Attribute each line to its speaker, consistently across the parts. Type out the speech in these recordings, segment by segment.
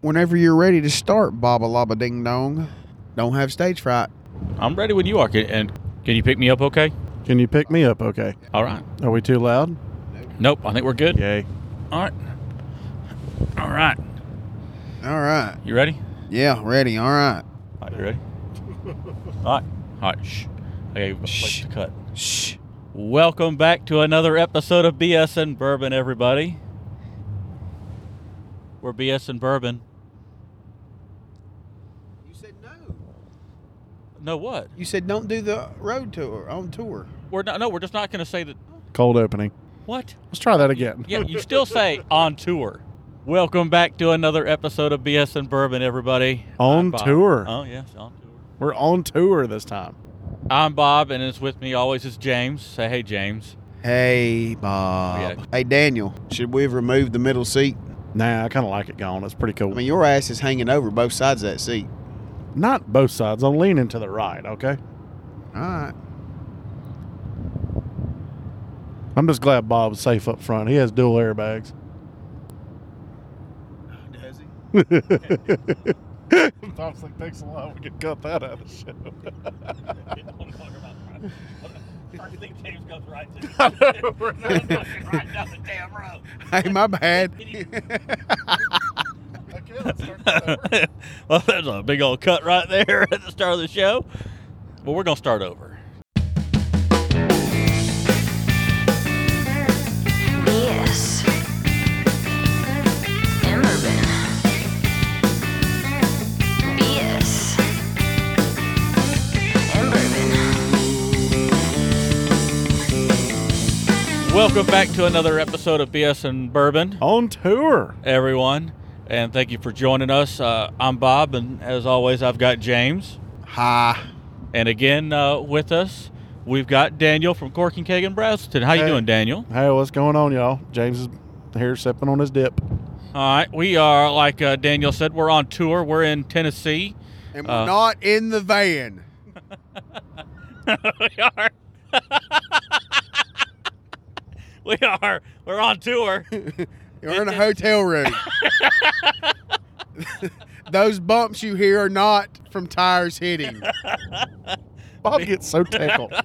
Speaker 1: Whenever you're ready to start, Baba Laba Ding Dong. Don't have stage fright.
Speaker 2: I'm ready when you are. Can- And can you pick me up okay?
Speaker 3: Can you pick me up? Okay.
Speaker 2: All right.
Speaker 3: Are we too loud?
Speaker 2: Nope. I think we're good.
Speaker 3: Yay.
Speaker 2: All right. All right.
Speaker 1: All right.
Speaker 2: You ready?
Speaker 1: Yeah, ready. All right.
Speaker 2: All right. You ready? All right. All right. Shh. Okay. we'll Place
Speaker 1: Shh.
Speaker 2: the cut.
Speaker 1: Shh.
Speaker 2: Welcome back to another episode of BS and Bourbon, everybody. We're BS and Bourbon.
Speaker 1: You said no.
Speaker 2: No, what?
Speaker 1: You said don't do the road tour on tour.
Speaker 2: We're not. No, we're just not going to say that.
Speaker 3: Cold opening.
Speaker 2: What?
Speaker 3: Let's try that again.
Speaker 2: Yeah, you still say on tour. Welcome back to another episode of BS and Bourbon, everybody.
Speaker 3: On
Speaker 2: I'm Bob.
Speaker 3: tour.
Speaker 2: Oh yes, on tour.
Speaker 3: We're on tour this time.
Speaker 2: I'm Bob, and it's with me always is James. Say hey, James.
Speaker 1: Hey, Bob.
Speaker 2: Yeah.
Speaker 1: Hey, Daniel. Should we have removed the middle seat?
Speaker 3: Nah, I kind of like it gone. It's pretty cool.
Speaker 1: I mean, your ass is hanging over both sides of that seat.
Speaker 3: Not both sides. I'm leaning to the right, okay?
Speaker 1: All right.
Speaker 3: I'm just glad Bob's safe up front. He has dual airbags.
Speaker 1: Does he?
Speaker 3: Bob's like, thanks a lot. We could cut that out of the show.
Speaker 2: I think James goes right
Speaker 3: I know, right?
Speaker 1: Hey, my bad.
Speaker 3: okay, let's start
Speaker 2: well, that's a big old cut right there at the start of the show. Well, we're gonna start over.
Speaker 4: BS. And bourbon. BS. And bourbon.
Speaker 2: Welcome back to another episode of BS and Bourbon,
Speaker 3: on tour.
Speaker 2: everyone, and thank you for joining us. Uh, I'm Bob, and as always, I've got James,
Speaker 1: Hi.
Speaker 2: and again uh, with us we've got Daniel from Cork and Keg and Brazelton. How you
Speaker 3: Hey.
Speaker 2: doing, Daniel?
Speaker 3: Hey, what's going on, y'all? James is here sipping on his dip.
Speaker 2: All right, we are like uh, Daniel said, we're on tour. We're in Tennessee.
Speaker 1: And we're
Speaker 2: Uh,
Speaker 1: not in the van.
Speaker 2: we are. we are. We're on tour.
Speaker 1: We're in a hotel room. Those bumps you hear are not from tires hitting.
Speaker 3: Bob gets so tickled.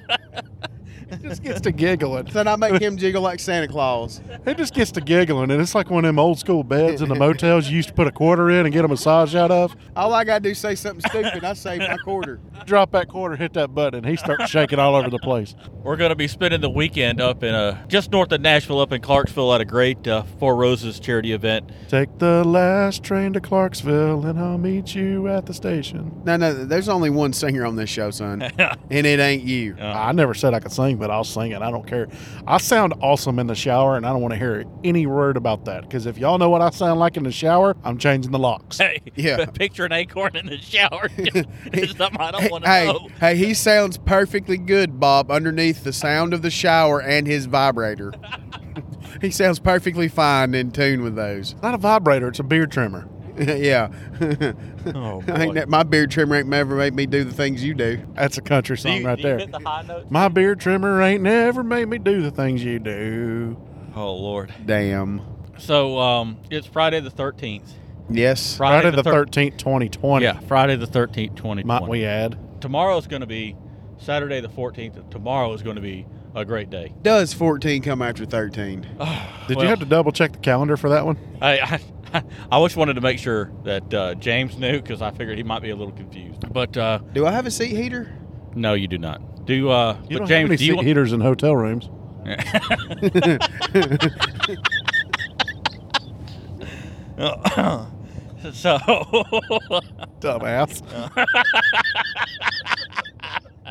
Speaker 3: he just gets to giggling.
Speaker 1: Then I make him jiggle like Santa Claus.
Speaker 3: He just gets to giggling, and it's like one of them old school beds in the motels you used to put a quarter in and get a massage out of.
Speaker 1: All I gotta do is say something stupid. I save my quarter.
Speaker 3: Drop that quarter, hit that button, and he starts shaking all over the place.
Speaker 2: We're going to be spending the weekend up in uh, just north of Nashville, up in Clarksville, at a great uh, Four Roses charity event.
Speaker 3: Take the last train to Clarksville, and I'll meet you at the station.
Speaker 1: No, no, there's only one singer on this show, son, and it ain't you.
Speaker 3: I never said I could sing, but I'll sing it. I don't care. I sound awesome in the shower, and I don't want to hear any word about that. Because if y'all know what I sound like in the shower, I'm changing the locks.
Speaker 2: Hey,
Speaker 1: Yeah.
Speaker 2: picture an acorn in the shower. It's something I don't want to
Speaker 1: hey,
Speaker 2: know.
Speaker 1: hey, he sounds perfectly good, Bob, underneath the sound of the shower and his vibrator. he sounds perfectly fine in tune with those.
Speaker 3: It's not a vibrator; it's a beard trimmer.
Speaker 1: yeah.
Speaker 2: Oh,
Speaker 1: ain't that, my beard trimmer ain't never made me do the things you do.
Speaker 3: That's a country
Speaker 2: Do
Speaker 3: song
Speaker 2: you-
Speaker 3: right
Speaker 2: do you
Speaker 3: there.
Speaker 2: hit the high notes?
Speaker 3: My beard trimmer ain't never made me do the things you do.
Speaker 2: Oh, Lord.
Speaker 1: Damn.
Speaker 2: So um, it's Friday the 13th.
Speaker 1: Yes.
Speaker 3: Friday, the
Speaker 2: thir-
Speaker 3: thirteenth, twenty twenty.
Speaker 2: Yeah, Friday the 13th, 2020.
Speaker 3: Might we add?
Speaker 2: Tomorrow's going to be Saturday the 14th. and Tomorrow is going to be a great day.
Speaker 1: Does 14 come after 13?
Speaker 3: Did
Speaker 2: Well-
Speaker 3: you have to double check the calendar for that one?
Speaker 2: I, I, I always wanted to make sure that uh, James knew because I figured he might be a little confused. But uh,
Speaker 1: Do I have a seat heater?
Speaker 2: no, you do not. Do uh,
Speaker 3: You
Speaker 2: but
Speaker 3: don't
Speaker 2: James,
Speaker 3: have any
Speaker 2: do you
Speaker 3: seat
Speaker 2: want,
Speaker 3: heaters in hotel rooms.
Speaker 2: so
Speaker 3: Dumbass.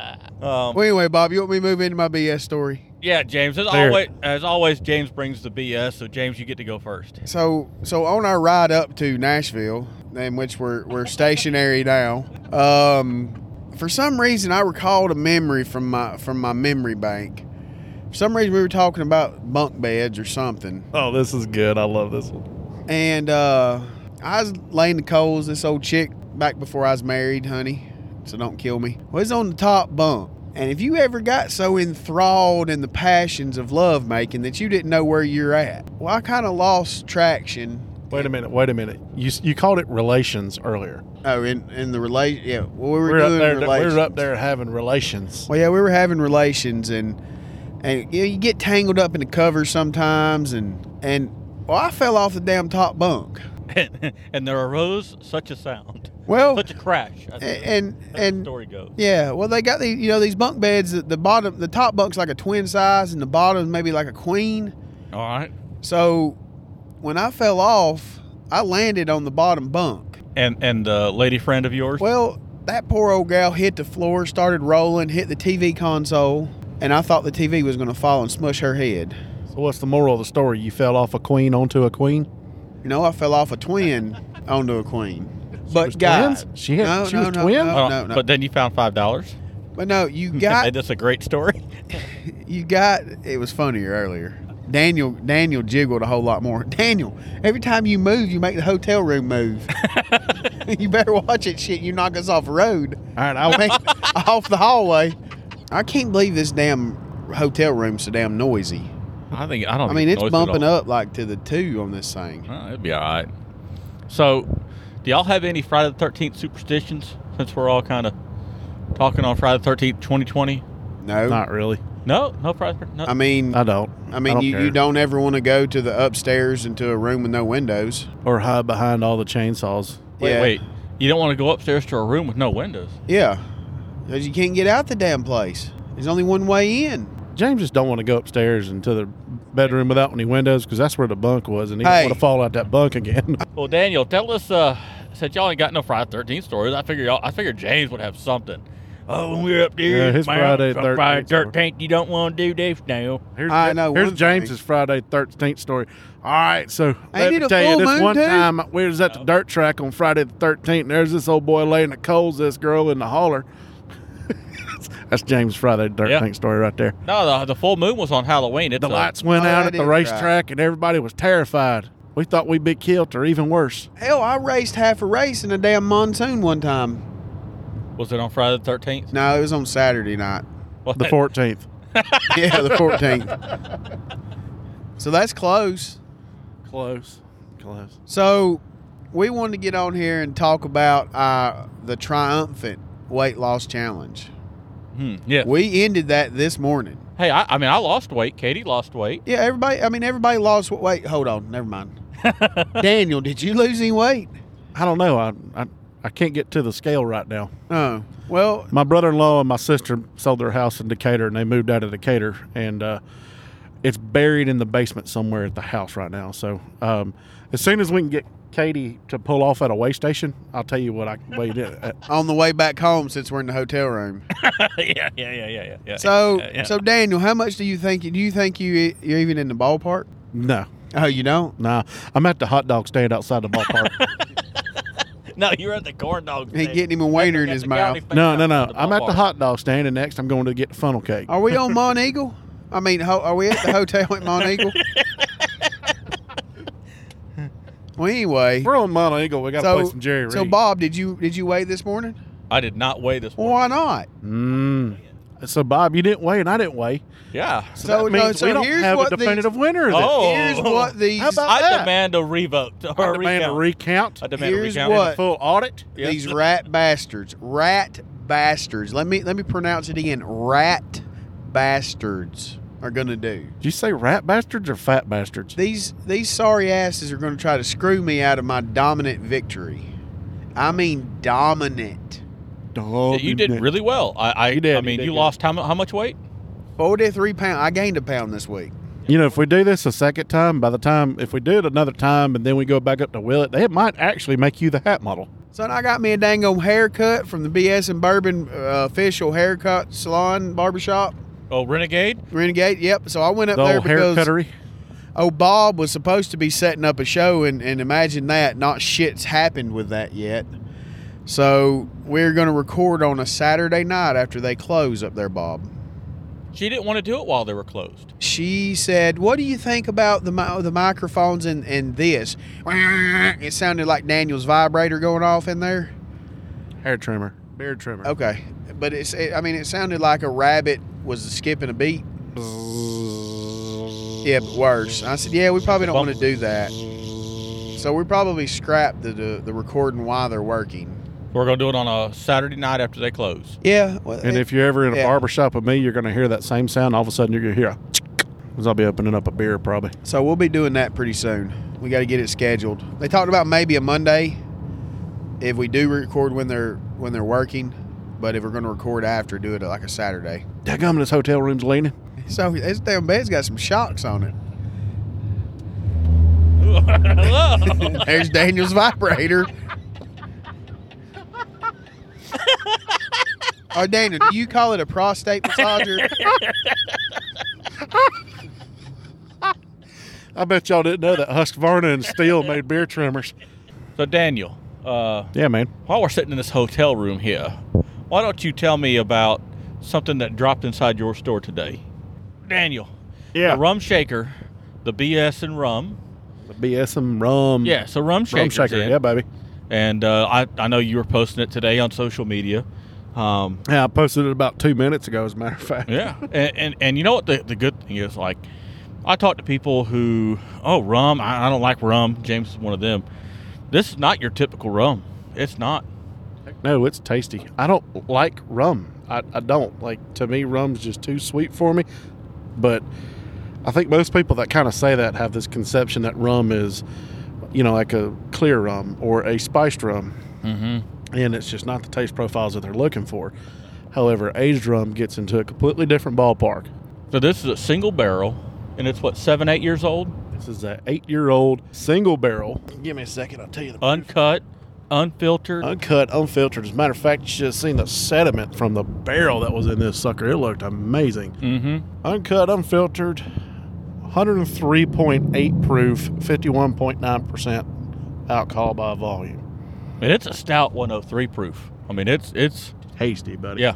Speaker 2: um,
Speaker 1: Well, anyway, Bob, you want me to move into my BS story?
Speaker 2: yeah, James. As
Speaker 3: There.
Speaker 2: always, as always, James brings the BS. So James, you get to go first.
Speaker 1: So, so on our ride up to Nashville, in which we're we're stationary now, um, for some reason I recalled a memory from my from my memory bank. For some reason we were talking about bunk beds or something,
Speaker 3: oh, this is good. I love this one.
Speaker 1: and uh, I was laying the coals. This old chick back before I was married, honey, so don't kill me. Was on the top bunk. And if you ever got so enthralled in the passions of lovemaking that you didn't know where you're at, well, I kind of lost traction
Speaker 3: Wait a minute. Wait a minute. You s- you called it relations earlier.
Speaker 1: Oh, in in the relation. Yeah, well, we were,
Speaker 3: We're up
Speaker 1: doing
Speaker 3: there.
Speaker 1: relations.
Speaker 3: We're up there having relations.
Speaker 1: Well, yeah, we were having relations, and and you, know, you get tangled up in the covers sometimes, and and well, I fell off the damn top bunk.
Speaker 2: and, and there arose such a sound,
Speaker 1: Well,
Speaker 2: such a crash. I think
Speaker 1: and
Speaker 2: that's how the
Speaker 1: and
Speaker 2: story goes.
Speaker 1: yeah, well, they got the you know these bunk beds. The, the bottom, the top bunk's like a twin size, and the bottom's maybe like a queen.
Speaker 2: All right.
Speaker 1: So when I fell off, I landed on the bottom bunk.
Speaker 2: And and the lady friend of yours.
Speaker 1: Well, that poor old gal hit the floor, started rolling, hit the TV console, and I thought the TV was going to fall and smush her head.
Speaker 3: So what's the moral of the story? You fell off a queen onto a queen.
Speaker 1: You know, I fell off a twin onto a queen.
Speaker 3: She
Speaker 1: But
Speaker 3: was
Speaker 1: guys,
Speaker 3: twins? She had,
Speaker 1: No,
Speaker 3: she
Speaker 1: no,
Speaker 3: was
Speaker 1: no,
Speaker 3: twins.
Speaker 1: no.
Speaker 2: Oh, But then you found five dollars.
Speaker 1: but no, you got
Speaker 2: That's a great story.
Speaker 1: you got. It was funnier earlier. Daniel Daniel jiggled a whole lot more. Daniel, every time you move, you make the hotel room move. you better watch it, shit. You knock us off the road.
Speaker 3: All right, I
Speaker 1: I mean, off the hallway. I can't believe this damn hotel room's so damn noisy.
Speaker 2: I think I don't.
Speaker 1: I mean, it's bumping
Speaker 2: up.
Speaker 1: up like to the two on this thing.
Speaker 2: Oh, it'd be all right. So, do y'all have any Friday the Thirteenth superstitions? Since we're all kind of talking on Friday the Thirteenth, twenty twenty.
Speaker 1: No,
Speaker 3: not really.
Speaker 2: No, no Friday. the 13th, No.
Speaker 1: I mean,
Speaker 3: I don't.
Speaker 1: I mean,
Speaker 3: don't
Speaker 1: you, you
Speaker 3: care.
Speaker 1: don't ever want to go to the upstairs into a room with no windows.
Speaker 3: Or hide behind all the chainsaws.
Speaker 2: wait,
Speaker 1: yeah,
Speaker 2: wait. You don't want to go upstairs to a room with no windows.
Speaker 1: yeah, because you can't get out the damn place. There's only one way in.
Speaker 3: James just don't want to go upstairs into the bedroom without any windows because that's where the bunk was, and he
Speaker 1: Hey.
Speaker 3: don't want to fall out that bunk again.
Speaker 2: Well, Daniel, tell us. Uh, since y'all ain't got no Friday the Thirteenth stories, I figure y'all. I figured James would have something. Oh, when we were up there,
Speaker 3: Yeah, his
Speaker 2: man,
Speaker 3: Friday the
Speaker 2: from Friday
Speaker 3: 13th
Speaker 2: the
Speaker 3: story.
Speaker 2: Thirteenth. You don't want to do this now.
Speaker 3: Here's,
Speaker 1: I know
Speaker 3: Here's
Speaker 1: one
Speaker 3: James's Friday thirteenth story. All right, so let
Speaker 1: it
Speaker 3: me
Speaker 1: a
Speaker 3: tell you
Speaker 1: full
Speaker 3: this
Speaker 1: moon,
Speaker 3: one
Speaker 1: too? Oh.
Speaker 3: time we was at the dirt track on Friday the thirteenth. There's this old boy laying the coals. This girl in the holler. That's James' Friday the
Speaker 2: Yeah.
Speaker 3: thirteenth story right there.
Speaker 2: No, the, the full moon was on Halloween. It's uh,
Speaker 3: The
Speaker 2: a-
Speaker 3: lights went
Speaker 1: Oh,
Speaker 3: out
Speaker 1: that
Speaker 3: at the
Speaker 1: is right.
Speaker 3: racetrack, and everybody was terrified. We thought we'd be killed, or even worse.
Speaker 1: Hell, I raced half a race in a damn monsoon one time.
Speaker 2: Was it on Friday the Thirteenth?
Speaker 1: No, it was on Saturday night.
Speaker 3: The fourteenth.
Speaker 1: yeah, the 14th. So that's close.
Speaker 3: Close. Close.
Speaker 1: So we wanted to get on here and talk about uh, the triumphant weight loss challenge.
Speaker 2: Hmm, yeah.
Speaker 1: We ended that this morning.
Speaker 2: Hey, I, I mean, I lost weight. Katie lost weight.
Speaker 1: Yeah, everybody. I mean, everybody lost. wa- Wait, hold on. Never mind. Daniel, did you lose any weight?
Speaker 3: I don't know. I, I I can't get to the scale right now.
Speaker 1: Oh, well,
Speaker 3: my brother-in-law and my sister sold their house in Decatur, and they moved out of Decatur, and uh, it's buried in the basement somewhere at the house right now. So, um, as soon as we can get Katie to pull off at a way station, I'll tell you what I uh, weighed in. At.
Speaker 1: on the way back home since we're in the hotel room.
Speaker 2: yeah, yeah, yeah, yeah, yeah, yeah.
Speaker 1: So,
Speaker 2: yeah, yeah.
Speaker 1: so Daniel, how much do you think? Do you think you you're even in the ballpark?
Speaker 3: No,
Speaker 1: Oh, you don't.
Speaker 3: nah, I'm at the hot dog stand outside the ballpark.
Speaker 2: no, you're at the corn dog.
Speaker 1: He
Speaker 2: stand.
Speaker 1: getting him a wiener in his
Speaker 2: That's the guy
Speaker 1: mouth.
Speaker 2: who
Speaker 3: no,
Speaker 2: faked
Speaker 3: no,
Speaker 2: out
Speaker 3: no.
Speaker 2: the
Speaker 3: I'm at the
Speaker 2: ballpark.
Speaker 3: hot dog stand, and next I'm going to get funnel cake.
Speaker 1: Are we on Mont Eagle? I mean, ho- are we at the hotel at Mont Eagle? well, anyway.
Speaker 3: We're on Mount Eagle. We got to play
Speaker 1: So,
Speaker 3: some Jerry Reed.
Speaker 1: so Bob, did you did you weigh this morning?
Speaker 2: I did not weigh this
Speaker 1: Well,
Speaker 2: one.
Speaker 1: why not?
Speaker 3: Mm. So Bob, you didn't weigh, and I didn't weigh.
Speaker 2: Yeah.
Speaker 1: So,
Speaker 3: So, that
Speaker 1: no,
Speaker 3: means
Speaker 1: so
Speaker 3: we don't
Speaker 1: here's
Speaker 3: have a
Speaker 1: what the-
Speaker 3: definitive winner. then.
Speaker 2: Oh.
Speaker 1: Here's what these
Speaker 3: How about
Speaker 2: I
Speaker 3: that?
Speaker 2: demand a revote or
Speaker 3: I
Speaker 2: a
Speaker 3: demand a
Speaker 2: recount.
Speaker 3: recount.
Speaker 2: I demand a
Speaker 1: Here's
Speaker 2: recount.
Speaker 1: what-
Speaker 3: full audit.
Speaker 2: Yeah.
Speaker 1: These rat bastards, rat bastards. Let me let me pronounce it again. Rat bastards are gonna do.
Speaker 3: Did you say rat bastards or fat bastards?
Speaker 1: These these sorry asses are gonna try to screw me out of my dominant victory. I mean dominant.
Speaker 3: Dog.
Speaker 2: You did really well. I, I,
Speaker 3: You did,
Speaker 2: I
Speaker 3: you
Speaker 2: mean,
Speaker 3: did
Speaker 2: you
Speaker 3: good.
Speaker 2: lost how, mu- how much weight?
Speaker 1: Forty three pound. I gained a pound this week.
Speaker 3: You know, if we do this a second time, by the time if we do it another time, and then we go back up to Willet, they might actually make you the hat model.
Speaker 1: Son, I got me a dang old haircut from the BS and Bourbon uh, official haircut salon barbershop.
Speaker 2: Oh, renegade.
Speaker 1: Renegade, yep. So I went up
Speaker 3: The
Speaker 1: there
Speaker 3: old hair
Speaker 1: because
Speaker 3: cuttery.
Speaker 1: oh Bob was supposed to be setting up a show and, and imagine that not shit's happened with that yet. So we're gonna record on a Saturday night after they close up there, Bob.
Speaker 2: She didn't want to do it while they were closed.
Speaker 1: She said, "What do you think about the mi- the microphones and and this?" It sounded like Daniel's vibrator going off in there.
Speaker 3: Hair trimmer. Beard trimmer.
Speaker 1: Okay, but it's it, I mean it sounded like a rabbit was skipping a beat. Yeah, but worse. I said, yeah, we probably don't want to do that. So we probably scrapped the, the the recording while they're working.
Speaker 2: We're gonna do it on a Saturday night after they close.
Speaker 1: Yeah. Well,
Speaker 3: And if you're ever in a
Speaker 1: Yeah.
Speaker 3: barber shop with me, you're going to hear that same sound. All of a sudden, you're going to hear a because I'll be opening up a beer probably.
Speaker 1: so we'll be doing that pretty soon. We got to get it scheduled. They talked about maybe a Monday if we do record when they're when they're working, but if we're going to record after, do it like a Saturday.
Speaker 3: Daggum, this hotel room's leaning.
Speaker 1: So this damn bed's got some shocks on it. There's Daniel's vibrator. Oh, Daniel, do you call it a prostate massager?
Speaker 3: I bet y'all didn't know that Husqvarna and Steel made beer trimmers.
Speaker 2: so Daniel, uh,
Speaker 3: Yeah, man.
Speaker 2: while we're sitting in this hotel room here, why don't you tell me about something that dropped inside your store today, Daniel?
Speaker 3: Yeah.
Speaker 2: the rum shaker, the BS and rum.
Speaker 3: The BSM rum.
Speaker 2: Yeah, so rum shaker.
Speaker 3: Mm. Rum shaker. Yeah, baby.
Speaker 2: and uh, I I know you were posting it today on social media. Um,
Speaker 3: Yeah, I posted it about two minutes ago, as a matter of fact.
Speaker 2: yeah, and, and and you know what the the good thing is like, I talk to people who oh rum I, I don't like rum. James is one of them. This is not your typical rum. It's not.
Speaker 3: No, it's tasty. I don't like rum. I, I don't. Like, to me, rum's just too sweet for me. But I think most people that kind of say that have this conception that rum is, you know, like a clear rum or a spiced rum.
Speaker 2: Mm-hmm.
Speaker 3: and it's just not the taste profiles that they're looking for. However, aged rum gets into a completely different ballpark.
Speaker 2: So this is a single barrel, and it's what seven eight years old,
Speaker 3: This is an eight-year-old single barrel. Give me a second, I'll tell you the
Speaker 2: uncut, unfiltered.
Speaker 3: uncut, unfiltered. As a matter of fact, you should have seen the sediment from the barrel that was in this sucker. It looked amazing.
Speaker 2: mm-hmm.
Speaker 3: Uncut, unfiltered, 103.8 proof, 51.9 percent alcohol by volume.
Speaker 2: And it's a stout 103 proof. I mean, it's it's
Speaker 3: Hasty, buddy.
Speaker 2: yeah.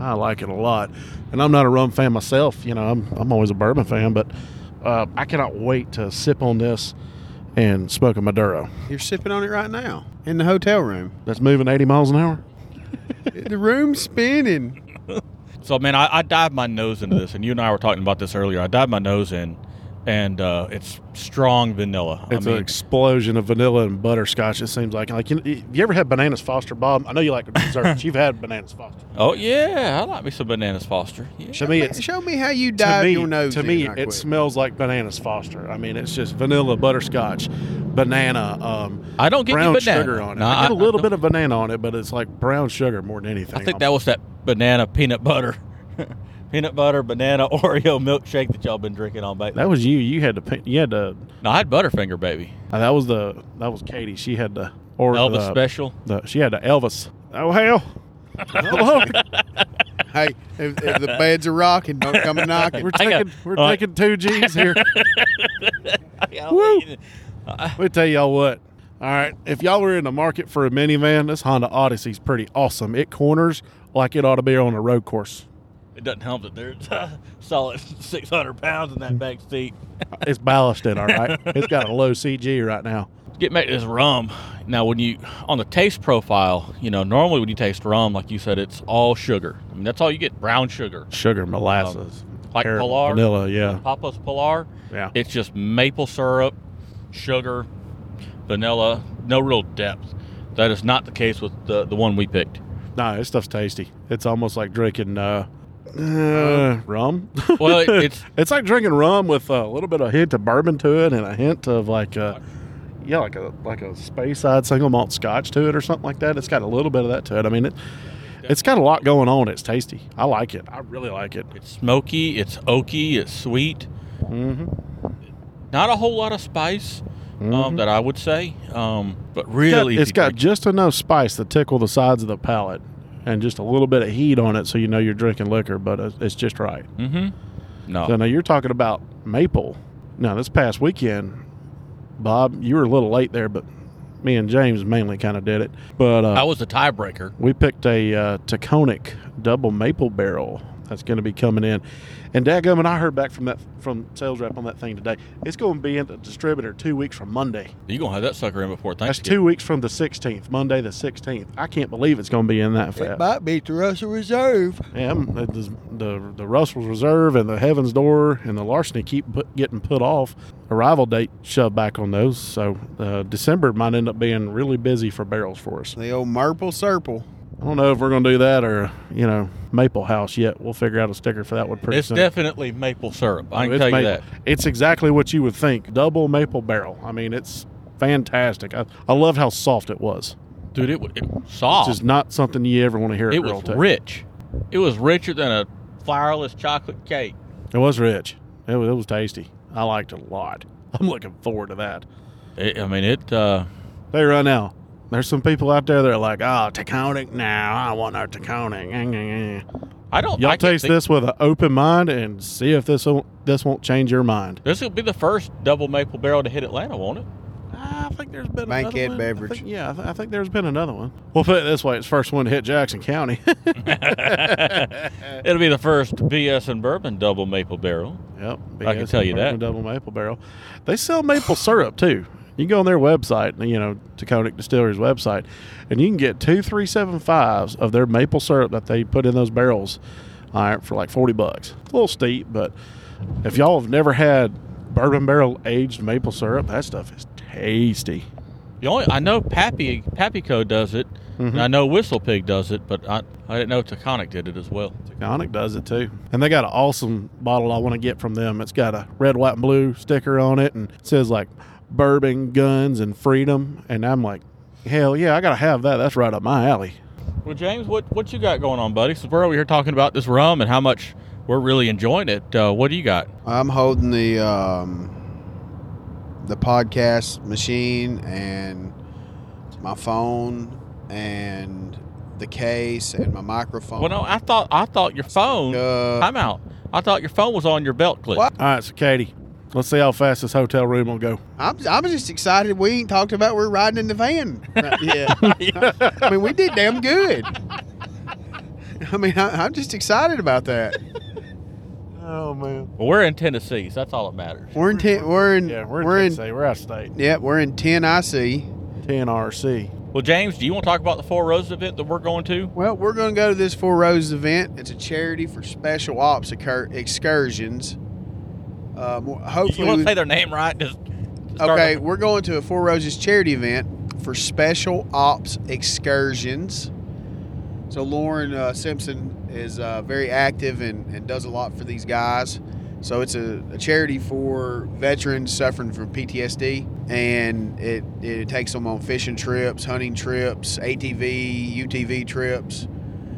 Speaker 3: I like it a lot, and I'm not a rum fan myself. You know, I'm I'm always a bourbon fan, but uh, I cannot wait to sip on this and smoke a Maduro.
Speaker 1: You're sipping on it right now in the hotel room.
Speaker 3: That's moving 80 miles an hour.
Speaker 1: the room's spinning.
Speaker 2: So man, I, I dived my nose into this, and you and I were talking about this earlier. I dived my nose in, and uh, it's strong vanilla.
Speaker 3: It's
Speaker 2: I mean,
Speaker 3: an explosion of vanilla and butterscotch. It seems like like you, you ever had bananas Foster, Bob? I know you like desserts. You've had bananas Foster.
Speaker 2: oh yeah, I like me some bananas Foster. Yeah.
Speaker 3: To me, it's
Speaker 1: Show me how you
Speaker 3: to
Speaker 1: dive
Speaker 3: me,
Speaker 1: your nose.
Speaker 3: to
Speaker 1: in,
Speaker 3: me
Speaker 1: I
Speaker 3: it
Speaker 1: quit.
Speaker 3: smells like bananas Foster. I mean, it's just vanilla, butterscotch, banana. Um,
Speaker 2: I don't get any
Speaker 3: brown
Speaker 2: banana.
Speaker 3: sugar on it.
Speaker 2: No,
Speaker 3: I get a
Speaker 2: I-
Speaker 3: little
Speaker 2: I
Speaker 3: bit of banana on it, but it's like brown sugar more than anything.
Speaker 2: I think that was that banana peanut butter, peanut butter banana Oreo milkshake that y'all been drinking all baby.
Speaker 3: that was you. You had to. pin- You had to.
Speaker 2: No, I had Butterfinger baby,
Speaker 3: uh, that was the. That was Katie. She had the. Or
Speaker 2: Elvis
Speaker 3: the,
Speaker 2: special.
Speaker 3: the- she had the Elvis. Oh hell!
Speaker 1: Hey, if, if the beds are rocking, don't come a knocking.
Speaker 3: We're
Speaker 2: I
Speaker 3: taking.
Speaker 2: got-
Speaker 3: we're
Speaker 2: all right.
Speaker 3: taking two G's here.
Speaker 2: Woo!
Speaker 3: we tell y'all what. All right, if y'all were in the market for a minivan, this Honda Odyssey's pretty awesome. It corners like it ought to be on a road course.
Speaker 2: It doesn't help that there's a solid 600 pounds in that back seat.
Speaker 3: It's ballasted, all right. it's got a low CG right now.
Speaker 2: get back to this rum. Now, when you on the taste profile, you know, normally when you taste rum, like you said, it's all sugar. I mean, that's all you get brown sugar,
Speaker 3: Sugar, molasses,
Speaker 2: like
Speaker 3: caramel,
Speaker 2: Pilar,
Speaker 3: Um, vanilla. Yeah,
Speaker 2: Papa's Pilar.
Speaker 3: yeah.
Speaker 2: It's just maple syrup, sugar, vanilla, no real depth. That is not the case with the the one we picked.
Speaker 3: No, this stuff's tasty. It's almost like drinking uh, uh, rum.
Speaker 2: Well, it, it's
Speaker 3: it's like drinking rum with a little bit of hint of bourbon to it and a hint of like a yeah, like a like a space side single malt scotch to it or something like that. It's got a little bit of that to it. I mean, it it's got a lot going on. It's tasty. I like it. I really like it.
Speaker 2: it's smoky, it's oaky, it's sweet.
Speaker 3: Mm-hmm.
Speaker 2: Not a whole lot of spice um,
Speaker 3: Mhm.
Speaker 2: that I would say, um, but really,
Speaker 3: it's
Speaker 2: if you
Speaker 3: got
Speaker 2: drink-
Speaker 3: just enough spice to tickle the sides of the palate and just a little bit of heat on it, so you know you're drinking liquor, but it's- it's just right.
Speaker 2: Mhm. No,
Speaker 3: So now you're talking about maple. Now this past weekend, Bob, you were a little late there, but me and James mainly kind of did it. But
Speaker 2: I
Speaker 3: uh,
Speaker 2: was the tiebreaker.
Speaker 3: we picked a uh, Taconic double maple barrel that's going to be coming in. And Dagum and I heard back from that from sales rep on that thing today. It's going to be in the distributor two weeks from Monday.
Speaker 2: You gonna have that sucker in before
Speaker 3: That's
Speaker 2: Thanksgiving?
Speaker 3: two weeks from the 16th, Monday the 16th. I can't believe it's going to be in that fast.
Speaker 1: might be the Russell Reserve.
Speaker 3: Yeah, I'm- the, the the Russell's Reserve and the Heaven's Door and the Larceny keep put, getting put off. arrival date shoved back on those. So uh, December might end up being really busy for barrels for us.
Speaker 1: The old Merple Serple.
Speaker 3: I don't know if we're going to do that or, you know, Maple House yet. We'll figure out a sticker for that one pretty
Speaker 2: It's
Speaker 3: soon.
Speaker 2: definitely maple syrup. I can
Speaker 3: Oh, It's
Speaker 2: tell you
Speaker 3: ma-
Speaker 2: that.
Speaker 3: It's exactly what you would think. Double maple barrel. I mean, it's fantastic. I, I love how soft it was.
Speaker 2: Dude, it, wa- it was
Speaker 3: It's
Speaker 2: soft.
Speaker 3: just not something you ever want to hear at
Speaker 2: it
Speaker 3: Girl
Speaker 2: was
Speaker 3: Tech.
Speaker 2: rich. It was richer than a fireless chocolate cake.
Speaker 3: It was rich. It was, it was tasty. I liked it a lot. I'm looking forward to that.
Speaker 2: It, I mean, it. Uh,
Speaker 3: Hey, right now, there's some people out there that are like, oh, Taconic now. I want our Taconic.
Speaker 2: I don't.
Speaker 3: Y'all
Speaker 2: I can't
Speaker 3: taste
Speaker 2: think-
Speaker 3: this with an open mind and see if this won't, this won't change your mind.
Speaker 2: This will be the first double maple barrel to hit Atlanta, won't it?
Speaker 3: I think there's been
Speaker 1: Bankhead
Speaker 3: another one. I
Speaker 1: beverage.
Speaker 3: think- yeah, I, th- I think there's been another one. We'll put it this way: it's first one to hit Jackson County.
Speaker 2: It'll be the first BS and bourbon double maple barrel.
Speaker 3: Yep.
Speaker 2: I can tell you that.
Speaker 3: Bourbon Double maple barrel. They sell maple syrup too. You can go on their website, you know, Taconic Distillery's website, and you can get two three seven fives of their maple syrup that they put in those barrels uh, for like forty bucks. A little steep, but if y'all have never had bourbon barrel aged maple syrup, that stuff is tasty.
Speaker 2: The only I know Pappy Pappyco does it. And I know Whistle Pig does it, but I, I didn't know Taconic did it as well.
Speaker 3: Taconic does it too. And they got an awesome bottle I want to get from them. It's got a red, white, and blue sticker on it and it says like bourbon, guns, and freedom. And I'm like, hell yeah, I got to have that. That's right up my alley.
Speaker 2: Well, James, what what you got going on, buddy? Since we're over here talking about this rum and how much we're really enjoying it, uh, what do you got?
Speaker 1: I'm holding the um, the podcast machine and my phone and the case and my microphone.
Speaker 2: Well, no, I thought I thought your phone.
Speaker 1: Uh,
Speaker 2: I'm out. I thought your phone was on your belt clip.
Speaker 1: What?
Speaker 3: All right, so Katie, let's see how fast this hotel room will go.
Speaker 1: I'm, I'm just excited we ain't talked about we're riding in the van. Yeah. I mean, we did damn good. I mean, I, I'm just excited about that.
Speaker 3: Oh, man.
Speaker 2: Well, we're in Tennessee, so that's all that matters.
Speaker 1: We're in, ten, we're in,
Speaker 3: Yeah, we're in, Tennessee. We're out of state.
Speaker 1: yeah, we're in 10 IC.
Speaker 3: 10RC.
Speaker 2: Well, James, do you want to talk about the Four Roses event that we're going to?
Speaker 1: Well, we're going to go to this Four Roses event. It's a charity for special ops occur- excursions. Um,
Speaker 2: you
Speaker 1: hopefully,
Speaker 2: want
Speaker 1: we-
Speaker 2: to say their name right? Just start
Speaker 1: okay,
Speaker 2: with-
Speaker 1: we're going to a Four Roses charity event for special ops excursions. So Lauren uh, Simpson is uh, very active and, and does a lot for these guys. So it's a, a charity for veterans suffering from PTSD, and it, it takes them on fishing trips, hunting trips, ATV, UTV trips.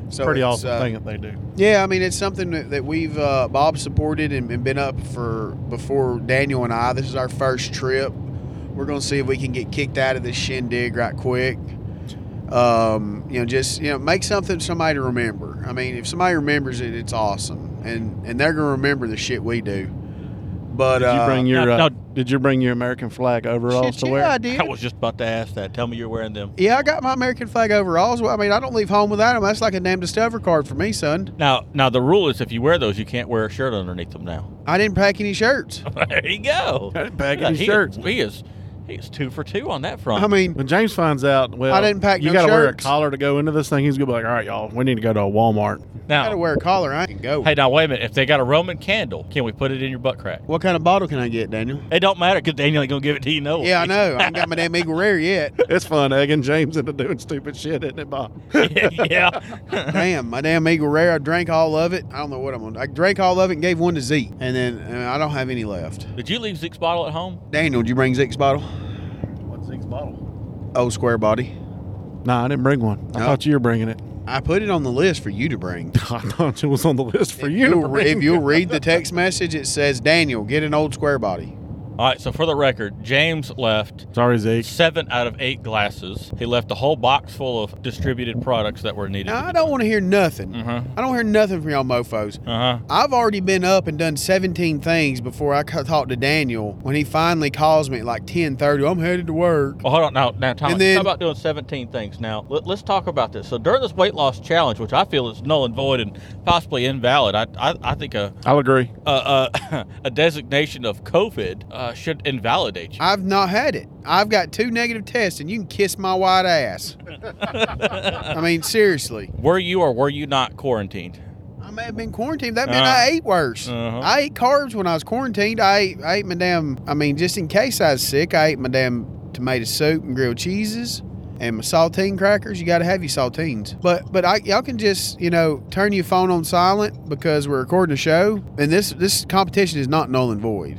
Speaker 1: So
Speaker 3: Pretty
Speaker 1: it's,
Speaker 3: awesome
Speaker 1: uh,
Speaker 3: thing that they do.
Speaker 1: yeah, I mean it's something that, that we've uh, Bob supported and, and been up for before Daniel and I. This is our first trip. We're gonna see if we can get kicked out of this shindig right quick. Um, you know, just you know, make something somebody to remember. I mean, if somebody remembers it, it's awesome, and and they're gonna remember the shit we do. But
Speaker 3: Did you
Speaker 1: uh,
Speaker 3: bring your
Speaker 2: no,
Speaker 3: uh,
Speaker 2: no.
Speaker 3: Did you bring your American flag overalls
Speaker 1: shit,
Speaker 3: to
Speaker 1: yeah,
Speaker 3: wear?
Speaker 1: I did.
Speaker 2: I was just about to ask that. Tell me you're wearing them.
Speaker 1: Yeah, I got my American flag overalls. Well, I mean, I don't leave home without them. That's like a damn discover card for me, son.
Speaker 2: Now, now the rule is if you wear those, you can't wear a shirt underneath them. Now,
Speaker 1: I didn't pack any shirts.
Speaker 2: there you go.
Speaker 3: Back in
Speaker 2: Yeah,
Speaker 3: his
Speaker 2: he,
Speaker 3: shirts.
Speaker 2: He is, he is two for two on that front.
Speaker 1: I mean,
Speaker 3: When James finds out, well,
Speaker 1: I didn't pack
Speaker 3: you
Speaker 1: no
Speaker 3: gotta wear a
Speaker 1: shirts.
Speaker 3: collar to go into this thing. He's gonna be like, all right, y'all, we need to go to a Walmart.
Speaker 1: I gotta
Speaker 2: now,
Speaker 1: wear a collar. I can go.
Speaker 2: hey, now wait a minute. If they got a Roman candle, can we put it in your butt crack?
Speaker 1: What kind of bottle can I get, Daniel?
Speaker 2: It don't matter because Daniel ain't gonna give it to you. No.
Speaker 1: Yeah, I know. I ain't got my damn Eagle Rare yet.
Speaker 3: It's fun egging James into doing stupid shit, isn't it, Bob?
Speaker 2: yeah.
Speaker 1: Damn, my damn Eagle Rare. I drank all of it. I don't know what I'm on. I drank all of it and gave one to Zeke, and then and I don't have any left.
Speaker 2: Did you leave Zeke's bottle at home?
Speaker 1: Daniel, did you bring Zeke's bottle?
Speaker 3: What's Zeke's bottle?
Speaker 1: Oh, square body.
Speaker 3: Nah, I didn't bring one. I
Speaker 1: No.
Speaker 3: thought you were bringing it.
Speaker 1: I put it on the list for you to bring.
Speaker 3: I thought it was on the list for you.
Speaker 1: You'll
Speaker 3: to
Speaker 1: re-
Speaker 3: bring.
Speaker 1: if you'll read the text message, it says, "Daniel, get an old square body."
Speaker 2: All right. So for the record, James left
Speaker 3: Sorry, Zeke.
Speaker 2: seven out of eight glasses. He left a whole box full of distributed products that were needed.
Speaker 1: Now, I don't want to hear nothing.
Speaker 2: Uh
Speaker 1: I don't hear nothing from y'all mofos.
Speaker 2: huh. Uh huh.
Speaker 1: I've already been up and done 17 things before I ca- talked to Daniel when he finally calls me at like 10:30. I'm headed to work.
Speaker 2: Well, hold on now. Now, Tom,
Speaker 1: And then-
Speaker 2: how about doing 17 things? Now, let, us talk about this. So, during this weight loss challenge, which I feel is null and void and possibly invalid, I, I, I think a
Speaker 3: I'll agree.
Speaker 2: a, a, a designation of COVID uh, should invalidate you.
Speaker 1: I've not had it. I've got two negative tests, and you can kiss my white ass. I mean, seriously.
Speaker 2: Were you or were you not quarantined?
Speaker 1: I may have been quarantined. That meant
Speaker 2: Uh,
Speaker 1: I ate worse.
Speaker 2: uh-huh.
Speaker 1: I ate carbs when I was quarantined. I ate, I ate my damn. I mean, just in case I was sick, I ate my damn tomato soup and grilled cheeses and my saltine crackers. You got to have your saltines. But but I, y'all can just you know turn your phone on silent because we're recording a show and this this competition is not null and void.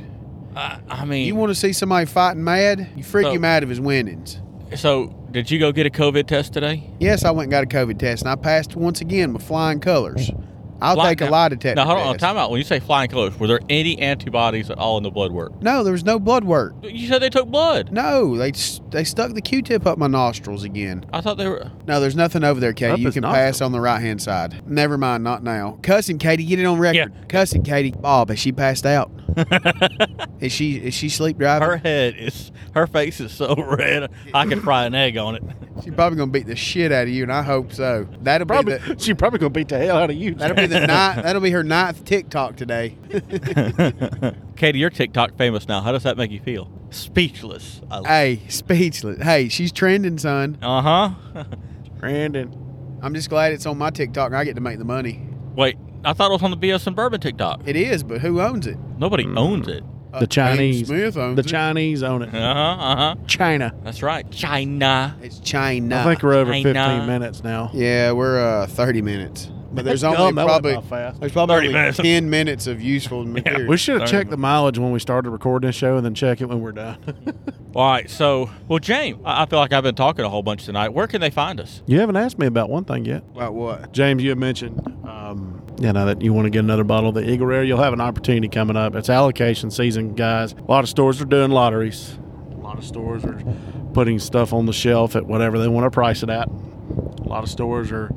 Speaker 2: I, Uh, I mean,
Speaker 1: You want to see somebody fighting mad? You freak
Speaker 2: Hmm. So-
Speaker 1: him out of his winnings.
Speaker 2: so did you go get a COVID test today?
Speaker 1: Yes, I went and got a COVID test and I passed once again with flying colors. I'll
Speaker 2: Fly-
Speaker 1: take a lie detector.
Speaker 2: Now hold on,
Speaker 1: test.
Speaker 2: time out. When you say flying colors, were there any antibodies at all in the blood work?
Speaker 1: No, there was no blood work.
Speaker 2: You said they took blood.
Speaker 1: No, they s- they stuck the Q-tip up my nostrils again.
Speaker 2: I thought they were.
Speaker 1: No, there's nothing over there, Katie.
Speaker 3: Up
Speaker 1: you
Speaker 3: his
Speaker 1: can
Speaker 3: nostril.
Speaker 1: pass on the right hand side. Never mind, not now. Cussing, Katie, get it on record.
Speaker 2: Yeah.
Speaker 1: Cussing, Katie. Bob, has she passed out? is she is she sleep driving?
Speaker 2: Her head is. Her face is so red. I could fry an egg on it.
Speaker 1: She's probably gonna beat the shit out of you, and I hope so. That'll
Speaker 3: Probably
Speaker 1: be the,
Speaker 3: she probably gonna beat the hell out of you.
Speaker 1: that'll be the ninth, that'll be her ninth TikTok today.
Speaker 2: Katie, you're TikTok famous now. How does that make you feel? Speechless.
Speaker 1: hey, speechless. Hey, she's trending, son.
Speaker 2: Uh huh.
Speaker 3: Brandon.
Speaker 1: I'm just glad it's on my TikTok and I get to make the money.
Speaker 2: Wait, I thought it was on the BS and Bourbon TikTok.
Speaker 1: It is, but who owns it?
Speaker 2: Nobody owns it.
Speaker 1: Uh,
Speaker 3: The
Speaker 1: James
Speaker 3: Chinese.
Speaker 1: Smith owns
Speaker 3: The
Speaker 1: it.
Speaker 3: Chinese own
Speaker 2: Uh huh.
Speaker 3: it.
Speaker 2: Uh huh.
Speaker 3: China.
Speaker 2: That's right. China.
Speaker 1: It's China.
Speaker 3: I think we're over
Speaker 2: China.
Speaker 3: 15 minutes now.
Speaker 1: Yeah, we're uh, 30 minutes. But there's
Speaker 3: Dumb,
Speaker 1: only
Speaker 3: that wasn't
Speaker 1: probably
Speaker 3: all fast.
Speaker 1: there's probably
Speaker 2: 30
Speaker 1: only
Speaker 2: minutes.
Speaker 1: 10 minutes of useful material.
Speaker 3: We should have
Speaker 2: Sorry.
Speaker 3: checked the mileage when we started recording this show and then check it when we're done.
Speaker 2: All right. So, well, James, I I feel like I've been talking a whole bunch tonight. Where can they find us?
Speaker 3: you haven't asked me about one thing yet.
Speaker 1: About what?
Speaker 3: James, you had mentioned, um, you know, that you want to get another bottle of the Eagle Rare. You'll have an opportunity coming up. It's allocation season, guys. A lot of stores are doing lotteries. A lot of stores are putting stuff on the shelf at whatever they want to price it at. A lot of stores are.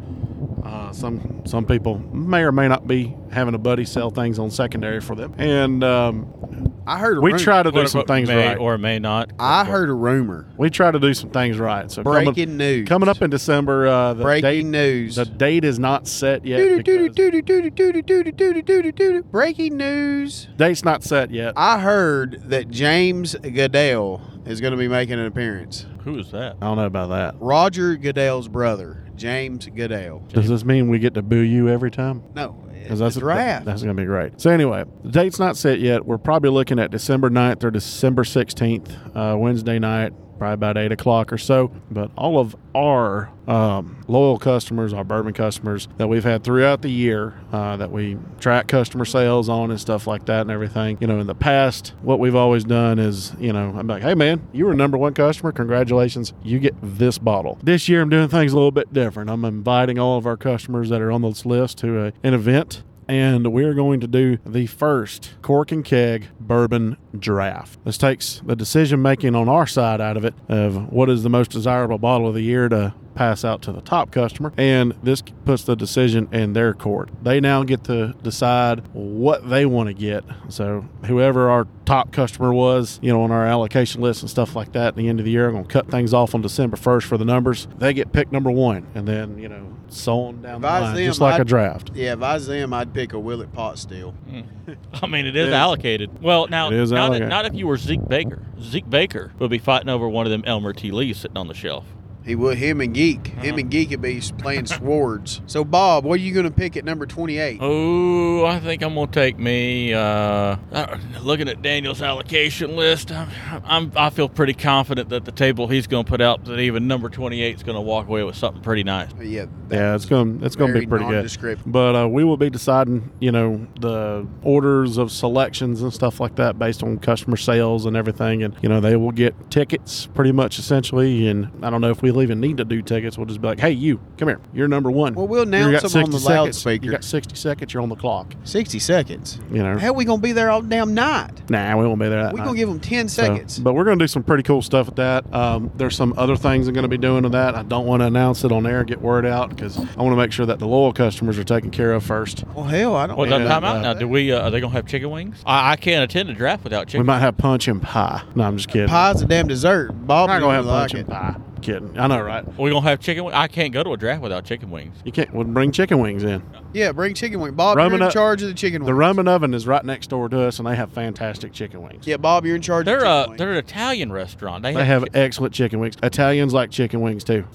Speaker 3: Uh, some some people may or may not be having a buddy sell things on secondary for them, and um,
Speaker 1: I heard a
Speaker 3: we
Speaker 1: rum-
Speaker 3: try to do
Speaker 2: Quote,
Speaker 3: some
Speaker 2: unquote,
Speaker 3: things
Speaker 2: may
Speaker 3: right.
Speaker 2: or may not.
Speaker 1: I heard a rumor.
Speaker 3: we try to do some things right. So
Speaker 1: Breaking
Speaker 3: coming,
Speaker 1: news.
Speaker 3: coming up in December, uh, the
Speaker 1: Breaking
Speaker 3: date
Speaker 1: news.
Speaker 3: the date is not set yet.
Speaker 1: Doo doo
Speaker 3: because-
Speaker 1: doo doo doo doo doo doo doo doo doo doo doo. Breaking news.
Speaker 3: Date's not set yet.
Speaker 1: I heard that James Goodell is going to be making an appearance.
Speaker 2: Who is that?
Speaker 3: I don't know about that.
Speaker 1: Roger Goodell's brother, James Goodell.
Speaker 3: Does this mean we get to boo you every time?
Speaker 1: No, it's
Speaker 3: 'Cause
Speaker 1: a
Speaker 3: that's
Speaker 1: draft.
Speaker 3: That's gonna be great. So anyway, the date's not set yet. We're probably looking at December 9th or December sixteenth, uh, Wednesday night, probably about eight o'clock or so. But all of our um, loyal customers, our bourbon customers that we've had throughout the year, uh, that we track customer sales on and stuff like that and everything. You know, in the past, what we've always done is, you know, I'm like, hey man, you were number one customer. Congratulations, you get this bottle. This year, I'm doing things a little bit different. I'm inviting all of our customers that are on this list to a, an event and we're going to do the first cork and keg bourbon draft. This takes the decision making on our side out of it of what is the most desirable bottle of the year to pass out to the top customer, and this puts the decision in their court. They now get to decide what they want to get. So whoever our top customer was, you know, on our allocation list and stuff like that at the end of the year, I'm going to cut things off on December 1st for the numbers. They get pick number one, and then, you know, so on down the
Speaker 1: Advise
Speaker 3: line,
Speaker 1: them,
Speaker 3: just like
Speaker 1: I'd-
Speaker 3: a draft.
Speaker 1: Yeah, if I was them, I'd pick a Willet pot still.
Speaker 2: I mean, it is
Speaker 3: It-
Speaker 2: allocated. Well, now,
Speaker 3: It is
Speaker 2: not,
Speaker 3: allocated.
Speaker 2: not if you were Zeke Baker. Zeke Baker would be fighting over one of them Elmer T. Lee's sitting on the shelf.
Speaker 1: He would. Him and Geek.
Speaker 2: Uh-huh.
Speaker 1: Him and Geek would be playing swords. So, Bob, what are you going to pick at number 28?
Speaker 2: Oh, I think I'm gonna take me. Uh, uh, looking at Daniel's allocation list, I'm, I'm I feel pretty confident that the table he's gonna put out that even number 28 is gonna walk away with something pretty nice.
Speaker 1: Yeah.
Speaker 3: Yeah, it's gonna it's gonna be
Speaker 1: very
Speaker 3: pretty good.
Speaker 1: nondescript.
Speaker 3: But uh, we will be deciding, you know, the orders of selections and stuff like that based on customer sales and everything. And you know, they will get tickets pretty much essentially. And I don't know if we'll even need to do tickets. We'll just be like, hey, you come here. You're number one.
Speaker 1: Well, we'll
Speaker 3: You
Speaker 1: announce
Speaker 3: got
Speaker 1: them on
Speaker 3: 60
Speaker 1: the
Speaker 3: seconds.
Speaker 1: loudspeaker.
Speaker 3: You got 60 seconds. You're on the clock.
Speaker 1: 60 seconds.
Speaker 3: You know,
Speaker 1: How we going to be there all damn night?
Speaker 3: nah, we won't be there. That
Speaker 1: we
Speaker 3: night.
Speaker 1: going to give them 10
Speaker 3: So,
Speaker 1: seconds.
Speaker 3: but we're going to do some pretty cool stuff with that. Um, there's some other things I'm going to be doing with that. I don't want to announce it on air, get word out, because I want to make sure that the loyal customers are taken care of first.
Speaker 1: well, hell, I don't
Speaker 2: Well,
Speaker 1: know.
Speaker 2: yeah, time out
Speaker 3: uh,
Speaker 2: now. Do we? Uh, are they gonna have chicken wings? I, I can't attend a draft without
Speaker 3: We
Speaker 2: chicken.
Speaker 3: might have punch and pie. No, I'm just kidding.
Speaker 1: Pie's a damn dessert. Bob, you
Speaker 3: I'm not going to have
Speaker 1: like
Speaker 3: punch
Speaker 1: it.
Speaker 3: and pie. Kidding. I know, right?
Speaker 2: We're gonna have chicken. wi- I can't go to a draft without chicken wings.
Speaker 3: You can't well, bring chicken wings in.
Speaker 1: Yeah, bring chicken wing. Bob,
Speaker 3: Roman
Speaker 1: you're in
Speaker 3: up-
Speaker 1: charge of the chicken wing.
Speaker 3: The Roman oven is right next door to us, and they have fantastic chicken wings.
Speaker 1: Yeah, Bob, you're in charge of
Speaker 2: They're
Speaker 1: the
Speaker 2: uh,
Speaker 1: chicken wing.
Speaker 2: they're an Italian restaurant. They,
Speaker 3: They have excellent chicken wings. Italians like chicken wings too.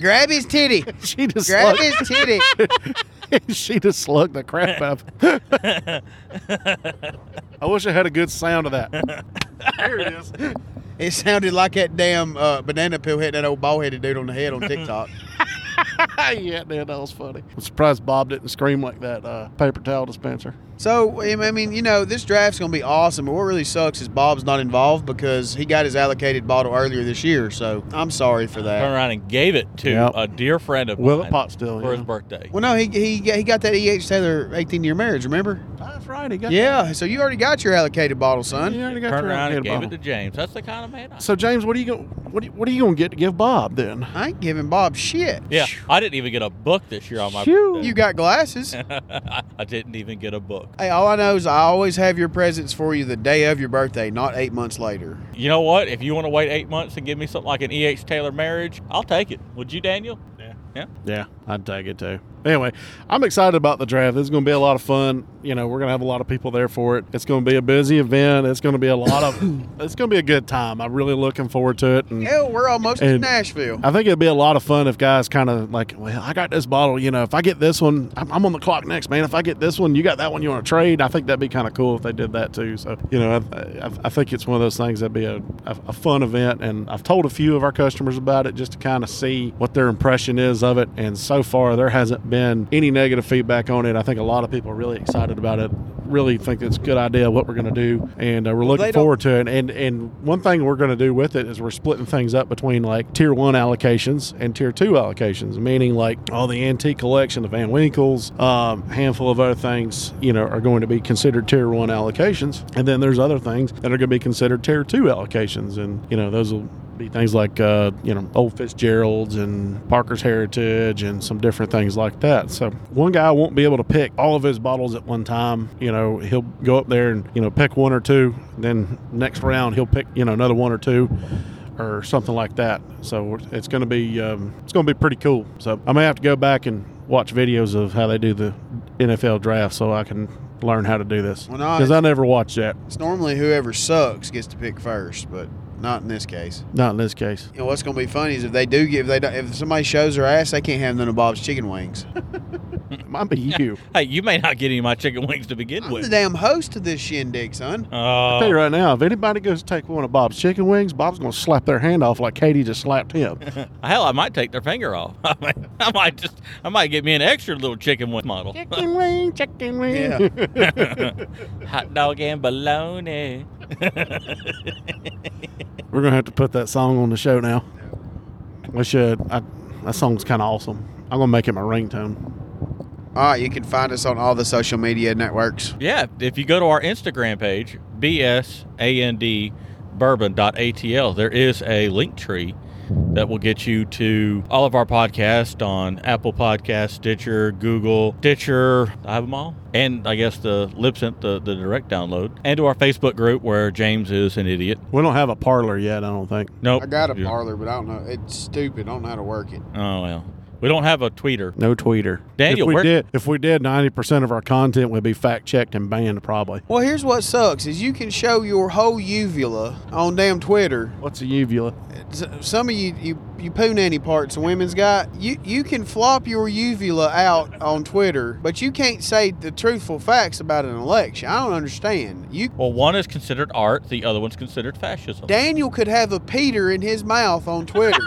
Speaker 1: grab his titty.
Speaker 3: She just
Speaker 1: Grab
Speaker 3: slugged-
Speaker 1: his titty.
Speaker 3: she just slugged the crap out. of I wish I had a good sound of that. There it is.
Speaker 1: It sounded like that damn uh, banana peel hit that old bald headed dude on the head on TikTok.
Speaker 3: yeah, dude, that was funny. I'm surprised Bob didn't scream like that uh, paper towel dispenser.
Speaker 1: so, I mean- I mean, you know, this draft's going to be awesome. But what really sucks is Bob's not involved because he got his allocated bottle earlier this year. So I'm sorry for that.
Speaker 2: Turned around and gave it to
Speaker 3: Yep.
Speaker 2: a dear friend of
Speaker 3: Will
Speaker 2: mine
Speaker 3: at Pottsdale.
Speaker 2: for his
Speaker 3: Yeah.
Speaker 2: birthday.
Speaker 1: Well, no, he, he, he got that E.H. Taylor 18 year marriage, remember?
Speaker 3: That's right. He got
Speaker 1: Yeah, so you already got your allocated bottle, son.
Speaker 3: You already got
Speaker 2: Turned
Speaker 3: your
Speaker 2: around and
Speaker 3: head
Speaker 2: gave
Speaker 3: bottle.
Speaker 2: it to James. That's the kind of man I
Speaker 3: So James, what are you going? What are you, what are you going to get to give Bob then?
Speaker 1: I ain't giving Bob shit.
Speaker 2: Yeah, I didn't even get a book this year on my
Speaker 3: Phew.
Speaker 2: birthday.
Speaker 1: You got glasses.
Speaker 2: I I didn't even get a book.
Speaker 1: hey, all I know is I always have your presents for you the day of your birthday, not eight months later.
Speaker 2: You know what? If you want to wait eight months and give me something like an E.H. Taylor marriage, I'll take it. Would you, Daniel? Yeah. Yeah.
Speaker 3: Yeah, I'd take it too. Anyway, I'm excited about the draft. It's going to be a lot of fun. You know, we're going to have a lot of people there for it. It's going to be a busy event. It's going to be a lot of. it's going to be a good time. I'm really looking forward to it. And
Speaker 1: Hell, we're almost in
Speaker 3: And-
Speaker 1: Nashville.
Speaker 3: I think it'd be a lot of fun if guys kind of like, well, I got this bottle. You know, if I get this one, I'm, I'm on the clock next, man. If I get this one, you got that one. You want to trade? I think that'd be kind of cool if they did that too. So, you know, I, I, I think it's one of those things that'd be a, a, a fun event. And I've told a few of our customers about it just to kind of see what their impression is of it. And so far, there hasn't been any negative feedback on it. I think a lot of people are really excited about it. Really think it's a good idea what we're going to do, and uh, we're
Speaker 1: they
Speaker 3: looking
Speaker 1: don't-
Speaker 3: forward forward to it. And and one thing we're going to do with it is we're splitting things up between like tier one allocations and tier two allocations, meaning like all the antique collection of Van Winkles, um, handful of other things, you know, are going to be considered tier one allocations, and then there's other things that are going to be considered tier two allocations, and you know those will be things like uh, you know old Fitzgeralds and Parker's Heritage and some different things like that. So one guy won't be able to pick all of his bottles at one time. You know he'll go up there and you know pick one or two. Then next round he'll pick you know another one or two. Or something like that. So it's going to be um, it's going to be pretty cool. So I'm gonna have to go back and watch videos of how they do the NFL draft, so I can learn how to do this
Speaker 1: Well, no,
Speaker 3: because I never watched that.
Speaker 1: It's normally whoever sucks gets to pick first, but not in this case.
Speaker 3: Not in this case.
Speaker 1: You know, what's going to be funny is if they do give, if, they don't, if somebody shows their ass, they can't have none of Bob's chicken wings. Mm.
Speaker 3: It might be you.
Speaker 2: Hey, you may not get any of my chicken wings to begin
Speaker 1: I'm the
Speaker 2: with.
Speaker 1: damn host of this shindig, son.
Speaker 2: Oh,
Speaker 3: tell you right now, if anybody goes to take one of Bob's chicken wings, Bob's going to slap their hand off like Katie just slapped him.
Speaker 2: hell, I might take their finger off. I might, I might just, I might get me an extra little chicken wing model.
Speaker 3: chicken wing, chicken wing.
Speaker 1: Yeah.
Speaker 2: Hot dog and bologna.
Speaker 3: We're going to have to put that song on the show now. We should. I, that song's kind of awesome. I'm going to make it my ringtone.
Speaker 1: All right, you can find us on all the social media networks.
Speaker 2: Yeah, if you go to our Instagram page, bsand bourbon.atl, there is a link tree that will get you to all of our podcasts on Apple Podcasts, Stitcher, Google, Stitcher, I have them all, and I guess the Libsyn, the, the direct download, and to our Facebook group where James is an idiot.
Speaker 3: We don't have a parlor yet, I don't think.
Speaker 2: Nope.
Speaker 1: I got a
Speaker 2: Yeah.
Speaker 1: parlor, but I don't know. It's stupid. I don't know how to work it.
Speaker 2: Oh, well. We don't have a tweeter.
Speaker 3: No tweeter.
Speaker 2: Daniel,
Speaker 3: if we
Speaker 2: where-
Speaker 3: did, if we did, 90% of our content would be fact checked and banned, probably.
Speaker 1: Well, here's what sucks is you can show your whole uvula on damn Twitter.
Speaker 3: What's a uvula?
Speaker 1: S- Some of you, you, you poo nanny parts women's got, you, you can flop your uvula out on Twitter, but you can't say the truthful facts about an election. I don't understand. You
Speaker 2: Well, one is considered art, the other one's considered fascism.
Speaker 1: Daniel could have a Peter in his mouth on Twitter.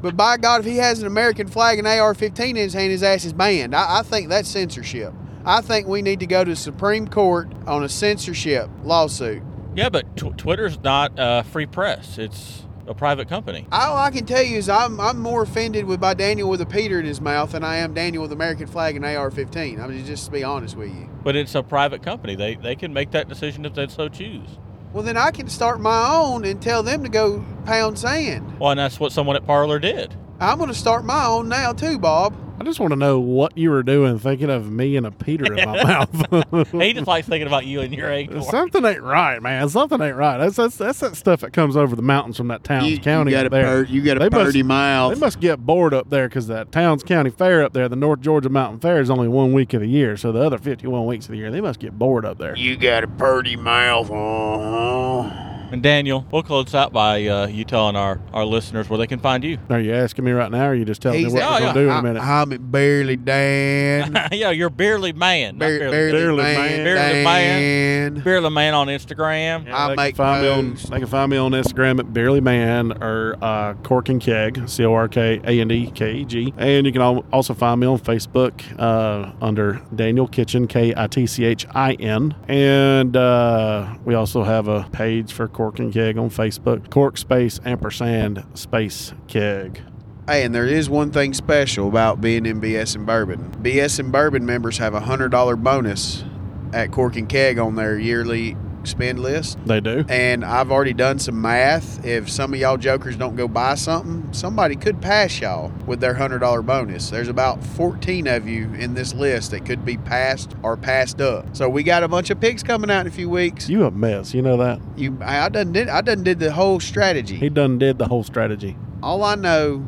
Speaker 1: But by God, if he has an American flag and AR 15 in his hand, his ass is banned. I, I think that's censorship. I think we need to go to the Supreme Court on a censorship lawsuit.
Speaker 2: Yeah, but tw- Twitter's not uh, free press, it's a private company.
Speaker 1: All I can tell you is I'm, I'm more offended with by Daniel with a Peter in his mouth than I am Daniel with American flag and AR 15. I mean, just to be honest with you.
Speaker 2: But it's a private company. They they can make that decision if they so choose.
Speaker 1: Well, then I can start my own and tell them to go pound sand.
Speaker 2: Well, and that's what someone at Parlor did.
Speaker 1: I'm going to start my own now, too, Bob.
Speaker 3: I just want to know what you were doing thinking of me and a Peter in my mouth.
Speaker 2: He just likes thinking about you and your acorn.
Speaker 3: Something ain't right, man. Something ain't right. That's that's, that's that stuff that comes over the mountains from that Towns County up there.
Speaker 1: you got
Speaker 3: a They must- purty they
Speaker 1: mouth.
Speaker 3: must get bored up there because that Towns County Fair up there, the North Georgia Mountain Fair, is only one week of the year. So the other 51 weeks of the year, they must get bored up there.
Speaker 1: You got a purty mouth. Uh-huh.
Speaker 2: And Daniel, we'll close out by uh, you telling our, our listeners where they can find you.
Speaker 3: Are you asking me right now, or are you just telling me
Speaker 1: He's-
Speaker 3: what
Speaker 2: Oh,
Speaker 3: we're
Speaker 2: yeah.
Speaker 3: gonna do in
Speaker 1: I,
Speaker 3: a minute?
Speaker 1: I'm at barely Dan.
Speaker 2: yeah, you're Barely Man. not
Speaker 1: Bar-
Speaker 2: barely,
Speaker 1: barely,
Speaker 3: Barely
Speaker 1: man.
Speaker 3: Man.
Speaker 2: Barely
Speaker 1: Dan.
Speaker 2: Barely Man on Instagram.
Speaker 1: I
Speaker 3: they
Speaker 1: make
Speaker 3: can find me on,
Speaker 1: those.
Speaker 3: They can find me on Instagram at Barely Man or uh, Cork and Keg, C O R K A N D K E G, and you can al- also find me on Facebook uh, under Daniel Kitchen K I T C H I N, and uh, we also have a page for Cork and Keg on Facebook, Cork Space Ampersand Space Keg.
Speaker 1: Hey, and there is one thing special about being in BS and Bourbon. BS and Bourbon members have a hundred dollar bonus at Cork and Keg on their yearly spend list.
Speaker 3: They do.
Speaker 1: And I've already done some math. If some of y'all jokers don't go buy something, somebody could pass y'all with their hundred dollar bonus. There's about fourteen of you in this list that could be passed or passed up. So we got a bunch of picks coming out in a few weeks.
Speaker 3: You a mess. You know that.
Speaker 1: You, I I done did, I done did the whole strategy.
Speaker 3: He done did the whole strategy.
Speaker 1: All I know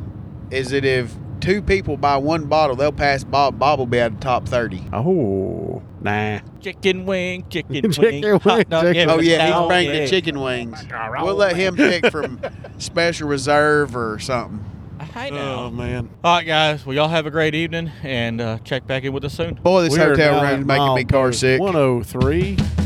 Speaker 1: is that if two people buy one bottle, they'll pass Bob. Bob will be out of the top thirty.
Speaker 3: Oh, nah.
Speaker 2: Chicken wing, chicken,
Speaker 3: Chicken
Speaker 2: wing.
Speaker 3: wing,
Speaker 2: hot dog,
Speaker 3: chicken
Speaker 2: yeah,
Speaker 1: Oh yeah,
Speaker 2: hot
Speaker 1: he's bringing
Speaker 2: dog,
Speaker 1: the chicken wings. We'll let him pick from special reserve or something.
Speaker 2: Hi now.
Speaker 3: Oh man.
Speaker 2: All right, guys. Well, y'all have a great evening, and uh, check back in with us soon.
Speaker 1: Boy, this
Speaker 3: We are
Speaker 1: hotel
Speaker 3: now
Speaker 1: room is
Speaker 3: at
Speaker 1: making
Speaker 3: mile
Speaker 1: me car sick.
Speaker 3: 103.